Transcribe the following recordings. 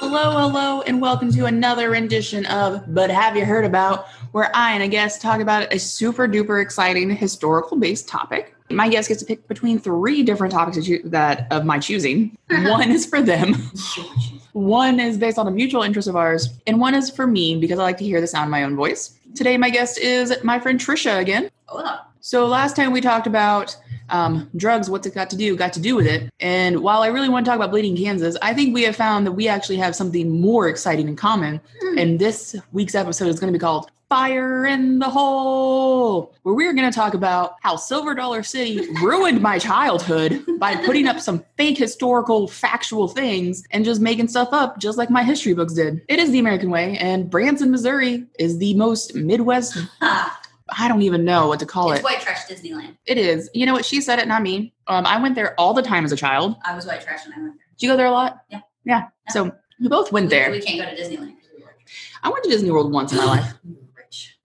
Hello, hello, and welcome to another rendition of But Have You Heard About, where I and a guest talk about a super duper exciting historical based topic. My guest gets to pick between three different topics to choo- that of my choosing. one is for them, one is based on a mutual interest of ours, and one is for me because I like to hear the sound of my own voice. Today, my guest is my friend Trisha again. Hola. So last time we talked about um, drugs, what's it got to do, got to do with it. And while I really want to talk about Bleeding Kansas, I think we have found that we actually have something more exciting in common. And this week's episode is going to be called Fire in the Hole, where we're going to talk about how Silver Dollar City ruined my childhood by putting up some fake historical, factual things and just making stuff up, just like my history books did. It is the American way, and Branson, Missouri is the most Midwest, Ah, I don't even know what to call it's it. white trash Disneyland. It is. You know what? She said it, not me. Um, I went there all the time as a child. I was white trash when I went there. Did you go there a lot? Yeah. Yeah. So we both went We- there. We, can't go to Disneyland. I went to Disney World once in my life. Rich.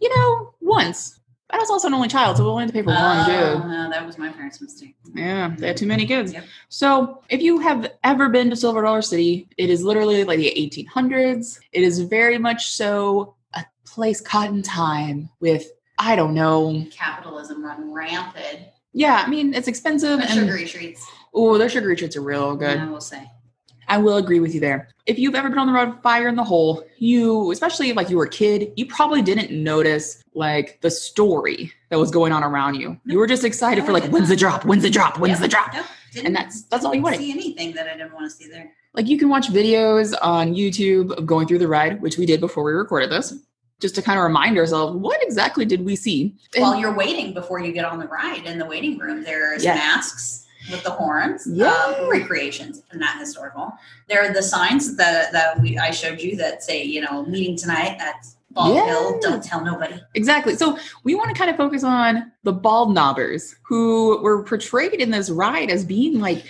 You know, once. I was also an only child, so we only had to pay for one Oh, kid. no, that was my parents' mistake. Yeah, they had too many kids. Yep. So if you have ever been to Silver Dollar City, it is literally like the 1800s. It is very much so a place caught in time with, I don't know. Capitalism run rampant. Yeah, I mean, it's expensive. But sugary treats. Oh, their sugary treats are real good. I will say. I will agree with you there. If you've ever been on the road fire in the hole, you, especially if like you were a kid, you probably didn't notice like the story that was going on around you. You were just excited for like when's the drop, when's the drop, when's the drop, Nope. Didn't and that's that's all you wanted. see anything that I didn't want to see there. Like you can watch videos on YouTube of going through the ride, which we did before we recorded this, just to kind of remind ourselves what exactly did we see. And- While you're waiting before you get on the ride in the waiting room, there's Yeah. masks with the horns, Yeah. um, recreations, not historical. There are the signs that that we I showed you that say, you know, meeting tonight at Ball Yeah. Hill. Don't tell nobody. Exactly. So we want to kind of focus on the bald knobbers who were portrayed in this ride as being like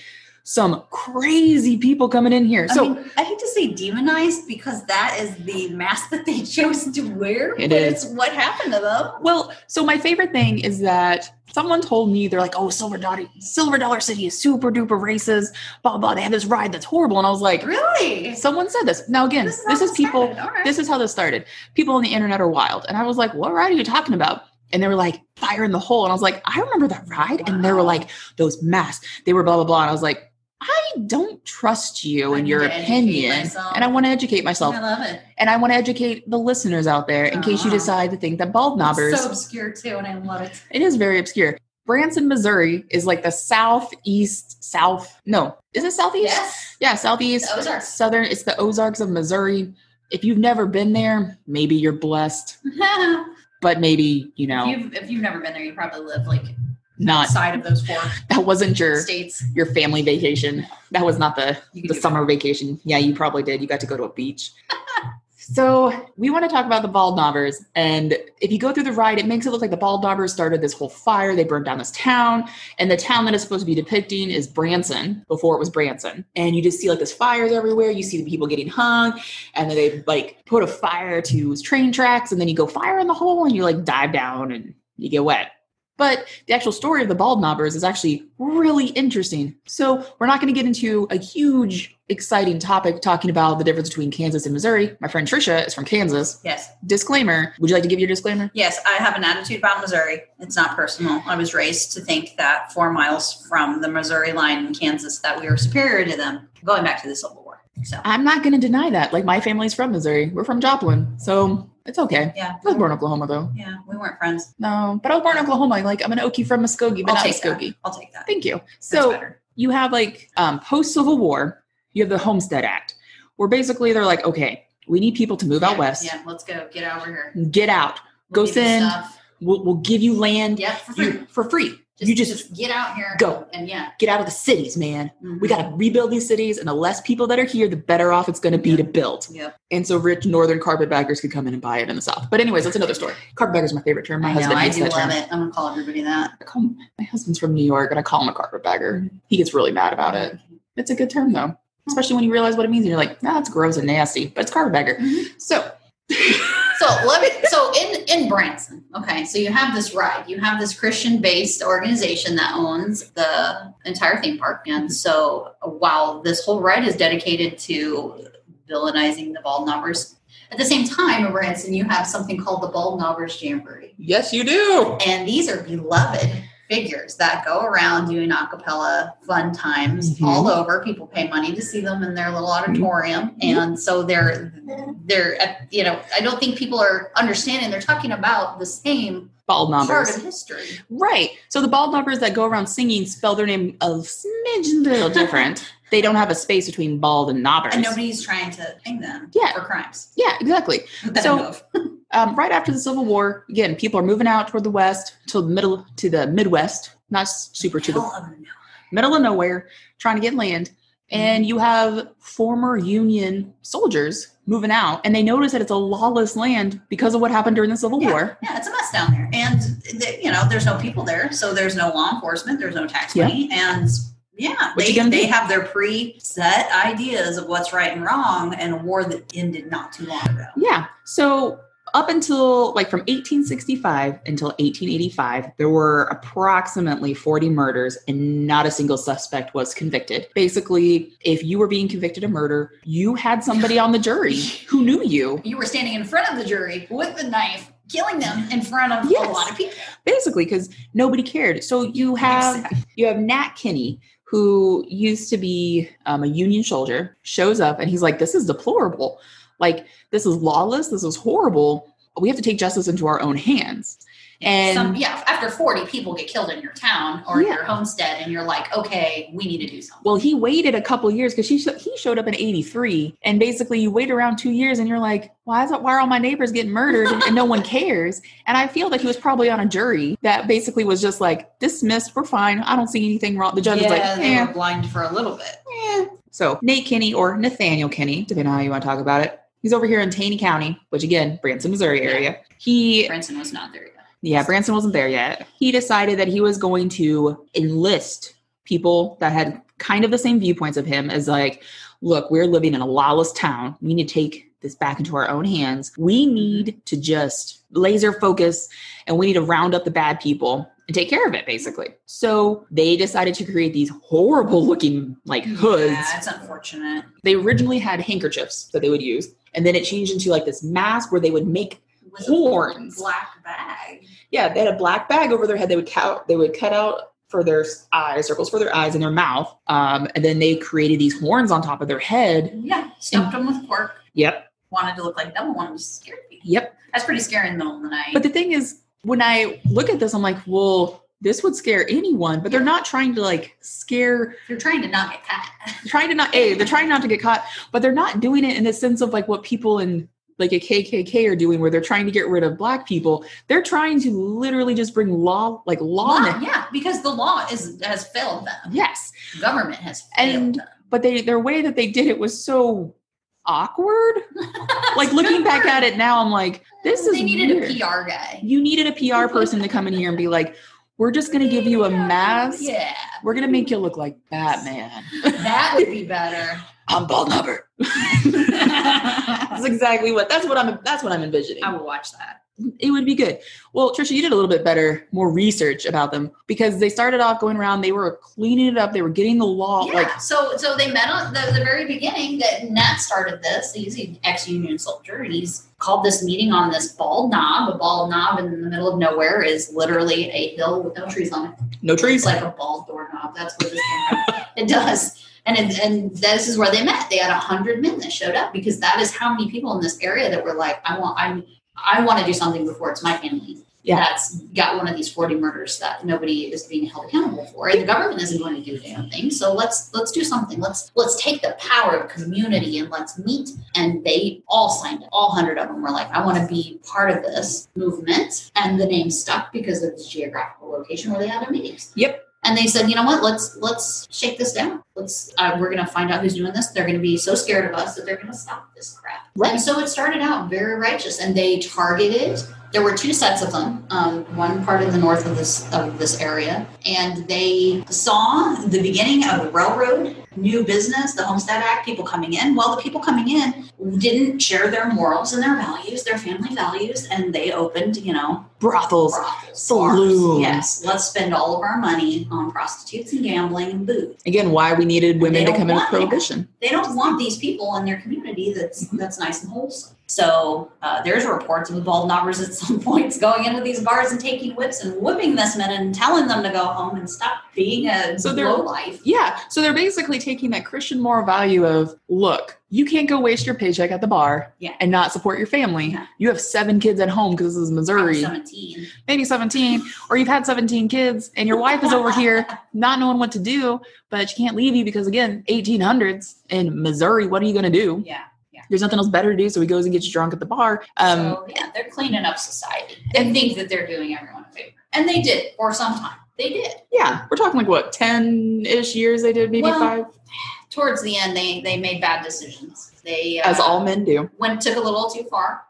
some crazy people coming in here. I so mean, I hate to say demonized because that is the mask that they chose to wear. It but is. It's what happened to them. well, so my favorite thing is that someone told me they're like, "Oh, Silver Dollar, Silver Dollar City is super duper racist, blah blah. They have this ride that's horrible." And I was like, Really? "Someone said this." Now again, this is, how it people started. All right. this is how this started. People on the internet are wild. And I was like, what ride are you talking about? And they were like, fire in the hole. And I was like, I remember that ride. And they were Wow. like, those masks, they were blah, blah, blah. And I was like, I don't trust you I and need your to educate opinion. myself. And I want to educate myself. I love it. And I want to educate the listeners out there in case you Aw. decide to think that bald knobbers, It's so obscure too, and I love it. it is very obscure. Branson, Missouri is like the southeast, south, no, is it southeast? Yes. Yeah, southeast, The Ozarks. southern. It's the Ozarks of Missouri. If you've never been there, maybe you're blessed, if but maybe you know you've if you've never been there, you probably live like not. outside of those four That wasn't your states. your family vacation. That was not the You the do summer vacation. Yeah, you probably did. You got to go to a beach. so we want to talk about the bald knobbers. And if you go through the ride, it makes it look like the bald knobbers started this whole fire. They burned down this town. And the town that it's supposed to be depicting is Branson before it was Branson. And you just see like this fires everywhere. You see the people getting hung. And then they like put a fire to train tracks. And then you go fire in the hole and you like dive down and you get wet. But the actual story of the bald knobbers is actually really interesting. So we're not going to get into a huge, exciting topic talking about the difference between Kansas and Missouri. My friend Trisha is from Kansas. Yes. Disclaimer. Would you like to give your disclaimer? Yes, I have an attitude about Missouri. It's not personal. I was raised to think that four miles from the Missouri line in Kansas that we were superior to them, going back to the Civil War. So I'm not going to deny that. Like my family's from Missouri. We're from Joplin, so it's okay. yeah, I was born in Oklahoma though. yeah, we weren't friends. No, but I was born in Oklahoma. Like I'm an Okie from Muskogee, but not I'll take that. Muskogee. I'll take that. Thank you. That's So better. you have like um, post Civil War, you have the Homestead Act, where basically they're like, okay, we need people to move out Yeah, west. Yeah, let's go. Get over here. Get out. Mm, Go give you send. stuff. We'll, we'll give you land Yeah, for free. you, for free. just, you just, just get out here. go. and yeah, get out of the cities, man. We Mhm. got to rebuild these cities, and the less people that are here, the better off it's going to be to build. Yep. And so rich northern carpetbaggers could come in and buy it in the south. But anyways, that's another story. Carpetbagger's my favorite term. My I know. husband I hates do that term. love it. I'm gonna call everybody that. I call him- my husband's from New York, and I call him a Mm-hmm. carpetbagger. He gets really mad about it. It's a good term though, especially when you realize what it means. And you're like, that's gross and nasty, but it's carpetbagger. Mhm. So So let me. So in in Branson, okay. So you have this ride. You have this Christian based organization that owns Mm-hmm. the entire theme park, and so while this whole ride is dedicated to villainizing the bald knobbers. At the same time, Branson, you have something called the Bald Knobbers Jamboree. Yes, you do. And these are beloved figures that go around doing a cappella fun times Mhm. all over. People pay money to see them in their little auditorium. Mm-hmm. And so they're they're uh, you know, I don't think people are understanding they're talking about the same Bald part numbers. of history. Right. So the bald numbers that go around singing spell their name a smidgen little different. they don't have a space between bald and knobbers. And nobody's trying to hang them Yeah. for crimes. yeah, exactly. that I So- know of. um, right after the Civil War, again, people are moving out toward the west, to the middle, to the Midwest, not s- super to the Hell of a no. middle of nowhere, trying to get land. And you have former Union soldiers moving out, and they notice that it's a lawless land because of what happened during the Civil War. Yeah, it's a mess down there. And, th you know, there's no people there. So there's no law enforcement. There's no tax Yeah. money. And yeah, What they, you gonna they do? have their preset ideas of what's right and wrong and a war that ended not too long ago. Yeah. So up until like from 1865 until 1885, there were approximately 40 murders and not a single suspect was convicted. Basically, if you were being convicted of murder, you had somebody on the jury who knew you. You were standing in front of the jury with the knife, killing them in front of Yes. a lot of people. Basically, because nobody cared. So you have you have Nat Kinney, who used to be um, a Union soldier, shows up and he's like, "This is deplorable. Like this is lawless. This is horrible. We have to take justice into our own hands." And Some, yeah, after 40 people get killed in your town or Yeah. your homestead, and you're like, okay, we need to do something. well, he waited a couple years because she sho- he showed up in '83, and basically you wait around two years and you're like, "Why is it? Why are all my neighbors getting murdered and, and no one cares?" And I feel that he was probably on a jury that basically was just like dismissed. We're fine. I don't see anything wrong. The judge is like, they "Eh." were blind for a little bit. So Nate Kinney or Nathaniel Kinney, depending on how you want to talk about it. He's over here in Taney County, which again, Branson, Missouri area. He, Branson was not there yet. yeah, Branson wasn't there yet. He decided that he was going to enlist people that had kind of the same viewpoints of him as like, look, we're living in a lawless town. We need to take this back into our own hands. We need to just laser focus and we need to round up the bad people and take care of it basically. So they decided to create these horrible looking like hoods Yeah, it's unfortunate. they originally had handkerchiefs that they would use and then it changed into like this mask where they would make With Horns. A black bag. yeah they had a black bag over their head they would cut they would cut out for their eyes circles for their eyes and their mouth um, and then they created these horns on top of their head Yeah, stuffed them with pork. yep Wanted to look like them. Wanted to scare people. yep That's pretty scary in the middle of the night. but the thing is when i look at this i'm like well this would scare anyone but they're not trying to like scare You're trying to not get caught. trying to not a they're trying not to get caught but they're not doing it in the sense of like what people in like a kkk are doing where they're trying to get rid of black people they're trying to literally just bring law like law, in Law, it. yeah, because the law is has failed them. yes Government has failed And them. but they their way that they did it was so awkward like looking back at it now i'm like this is they needed weird. a PR guy. you needed a pr person to come in here and be like we're just going to give you a mask Yeah, we're going to make you look like batman that would be better. i'm bald number I that's exactly what that's what i'm that's what i'm envisioning will watch that. it would be good. Well, Trisha, you did a little bit better, more research about them because they started off going around, they were cleaning it up, they were getting the law. yeah. Like, so, so they met on the, the very beginning that Nat started this. He's an ex-union soldier, and he's called this meeting on this bald knob. A bald knob in the middle of nowhere is literally a hill with no trees on it. no It's trees. like a bald doorknob. That's what this came from. It does. And, it, and this is where they met. They had a hundred men that showed up because that is how many people in this area that were like, I want, I'm, I want to do something before it's my family. Yeah. That's got one of these 40 murders that nobody is being held accountable for. And the government isn't going to do damn thing. So let's, let's do something. Let's, let's take the power of community and let's meet. And they all signed it. All hundred of them were like, I want to be part of this movement. And the name stuck because of the geographical location where they had their meetings and they said, you know what? Let's let's shake this down. Let's uh, we're gonna find out who's doing this. They're gonna be so scared of us that they're gonna stop this crap. Right. And so it started out very righteous, and they targeted. There were two sets of them. Um, one part of the north of this of this area, and they saw the beginning of the railroad, new business, the Homestead Act, people coming in. Well, the people coming in didn't share their morals and their values, their family values, and they opened, you know, brothels, brothels, saloons. bars. Yes, let's spend all of our money on prostitutes and gambling and booze. Again, why we needed women to don't come in with want that. prohibition. They don't want these people in their community that's Mhm. that's nice and wholesome. So uh, there's reports of bald knobbers at some points going into these bars and taking whips and whipping this men and telling them to go home and stop being a So they're- low life. Yeah. So they're basically taking that Christian moral value of look, you can't go waste your paycheck at the bar Yeah. and not support your family. Yeah. You have seven kids at home because this is Missouri, Seventeen. maybe 17, or you've had 17 kids and your wife is over here not knowing what to do, but she can't leave you because, again, 1800s in Missouri, what are you going to do? Yeah. There's nothing else better to do. So he goes and gets drunk at the bar. Um, so yeah, they're cleaning up society. They think that they're doing everyone a favor, and they did for some time. They did. yeah. We're talking like what, 10 ish years they did, maybe Well, five? Towards the end, they they made bad decisions. They uh, As all men do. went took a little too far.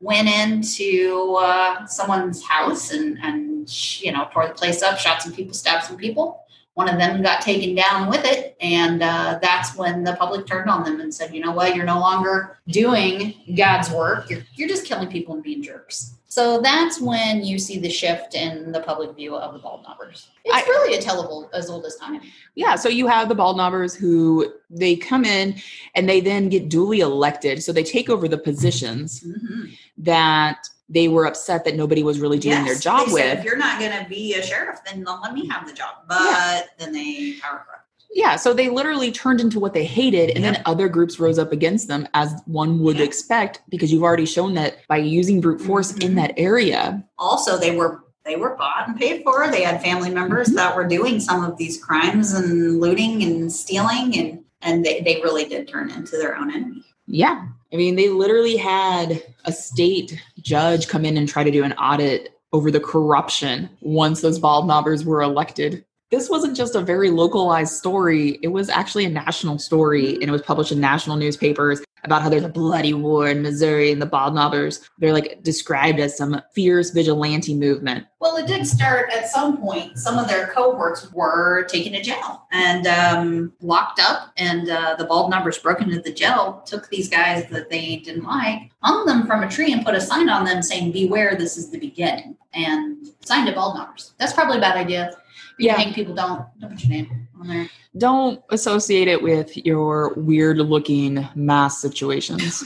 Went into uh, someone's house and and sh- you know tore the place up, shot some people, stabbed some people. One of them got taken down with it, and uh, that's when the public turned on them and said, "You know what? You're no longer doing God's work. You're, you're just killing people and being jerks." So that's when you see the shift in the public view of the bald knobbers. It's I- really a tellable as old as time. Yeah, so you have the bald knobbers who they come in and they then get duly elected. So they take over the positions Mhm. that they were upset that nobody was really doing their Yes, job they said, with. If you're not going to be a sheriff, then let me have the job. But then they power corrupt. Yeah, so they literally turned into what they hated, and then other groups rose up against them, as one would Yeah. expect, because you've already shown that by using brute force in Mhm. that area. Also, they were they were bought and paid for. They had family members that were doing some of these crimes and looting and stealing, and and they, they really did turn into their own enemy. Yeah, I mean, they literally had a state judge come in and try to do an audit over the corruption once those bald knobbers were elected. This wasn't just a very localized story, it was actually a national story, and it was published in national newspapers. about how there's a bloody war in Missouri and the Bald Knobbers. They're like described as some fierce vigilante movement. Well, it did start at some point. Some of their cohorts were taken to jail and um, locked up, and uh, the bald numbers broke into the jail, took these guys that they didn't like, hung them from a tree, and put a sign on them saying, Beware, this is the beginning, and signed to bald numbers. That's probably a bad idea. You Yeah. think people don't, don't put your name on there. Don't associate it with your weird looking mass situations.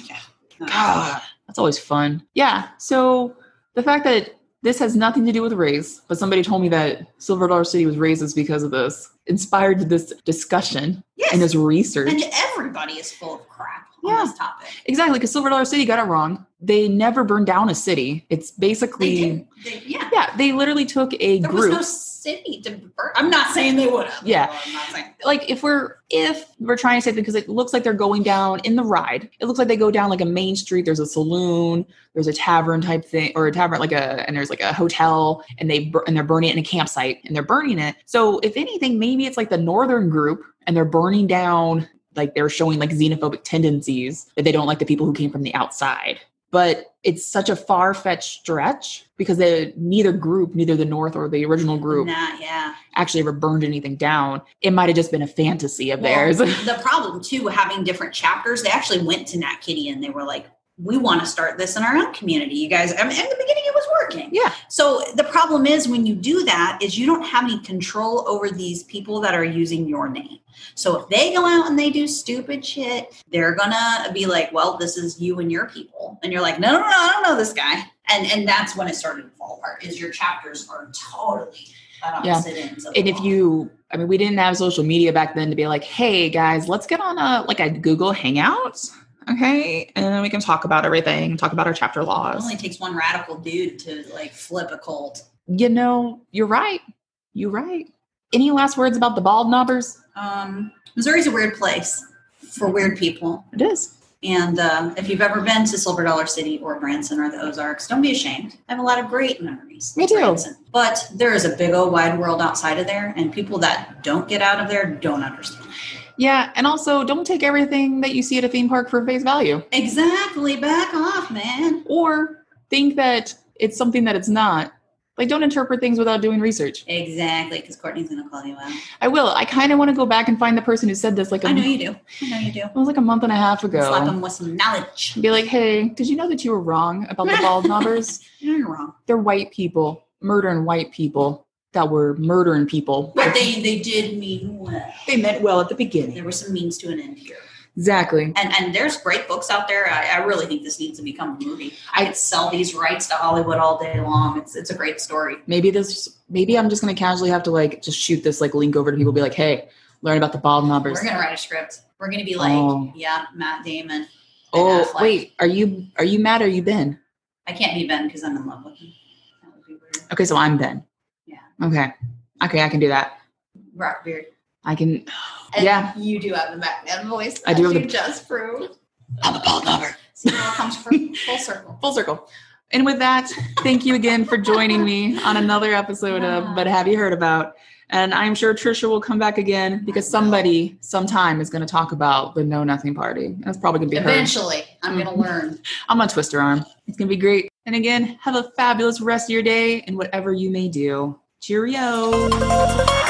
God, that's always fun. Yeah. So the fact that this has nothing to do with race, but somebody told me that Silver Dollar City was racist because of this, inspired this discussion Yes. and this research. and everybody is full of crap on Yeah. this topic. exactly, because Silver Dollar City got it wrong. They never burned down a city. It's They basically. did. They, yeah. Yeah, they literally took a There was group. no city to burn. I'm not saying they would have. Yeah. I'm not saying. like if we're if we're trying to say because it looks like they're going down in the ride it looks like they go down like a main street there's a saloon there's a tavern type thing or a tavern like a and there's like a hotel and they bur- and they're burning it in a campsite and they're burning it so if anything maybe it's like the northern group and they're burning down like they're showing like xenophobic tendencies that they don't like the people who came from the outside but it's such a far-fetched stretch because they, neither group neither the north or the original group Nah, yeah. actually ever burned anything down. It might have just been a fantasy of Well, theirs. the problem too, having different chapters, they actually went to Nat Kitty and they were like, "We want to start this in our own community, you guys." I mean, in the beginning, it was working. Yeah. So the problem is when you do that, is you don't have any control over these people that are using your name. So if they go out and they do stupid shit, they're gonna be like, "Well, this is you and your people," and you're like, "No, no, no, I don't know this guy." And and that's when it started to fall apart. Is your chapters are totally at Yeah. opposite ends. Of the and if law. you, I mean, we didn't have social media back then to be like, hey guys, let's get on a like a Google Hangout. Okay. And then we can talk about everything, talk about our chapter It laws. only takes one radical dude to like flip a cult. you know, you're right. You're right. Any last words about the bald knobbers? Um, Missouri's a weird place for weird people. It is. And uh, if you've ever been to Silver Dollar City or Branson or the Ozarks, don't be ashamed. I have a lot of great memories. Me of too. Branson. But there is a big old wide world outside of there, and people that don't get out of there don't understand. Yeah. And also don't take everything that you see at a theme park for face value. Exactly. Back off, man. Or think that it's something that it's not Like, don't interpret things without doing research. Exactly, because Courtney's gonna call you out. I will. I kind of want to go back and find the person who said this. Like, a I know month- you do. I know you do. it was like a month and a half ago. Slap them with some knowledge. And be like, hey, did you know that you were wrong about the bald knobbers? You're wrong. They're white people murdering white people that were murdering people. But they they did mean well. They meant well at the beginning. There were some means to an end here. Exactly. And and there's great books out there. I, I really think this needs to become a movie. I could sell these rights to Hollywood all day long. It's it's a great story. Maybe this. Maybe I'm just gonna casually have to like just shoot this like link over to people. Be like, hey, learn about the bald knobbers. We're gonna write a script. We're gonna be like, Oh. yeah, Matt Damon. Ben oh Affleck. wait, are you are you Matt or are you Ben? I can't be Ben because I'm in love with him. That would be weird. Okay, so I'm Ben. Yeah. Okay. Okay, I can do that. Rock beard. I can. And Yeah. You do have the Batman voice. I do that have You the- just proved. I'm a bald knobber. See, it all comes from full circle. full circle. And with that, thank you again for joining me on another episode Yeah. of But Have You Heard About? And I'm sure Trisha will come back again because somebody sometime is going to talk about the Know Nothing Party. And it's probably going to be Mm-hmm. her. Eventually, I'm going to learn. I'm going to twist her arm. It's going to be great. And again, have a fabulous rest of your day and whatever you may do. Cheerio.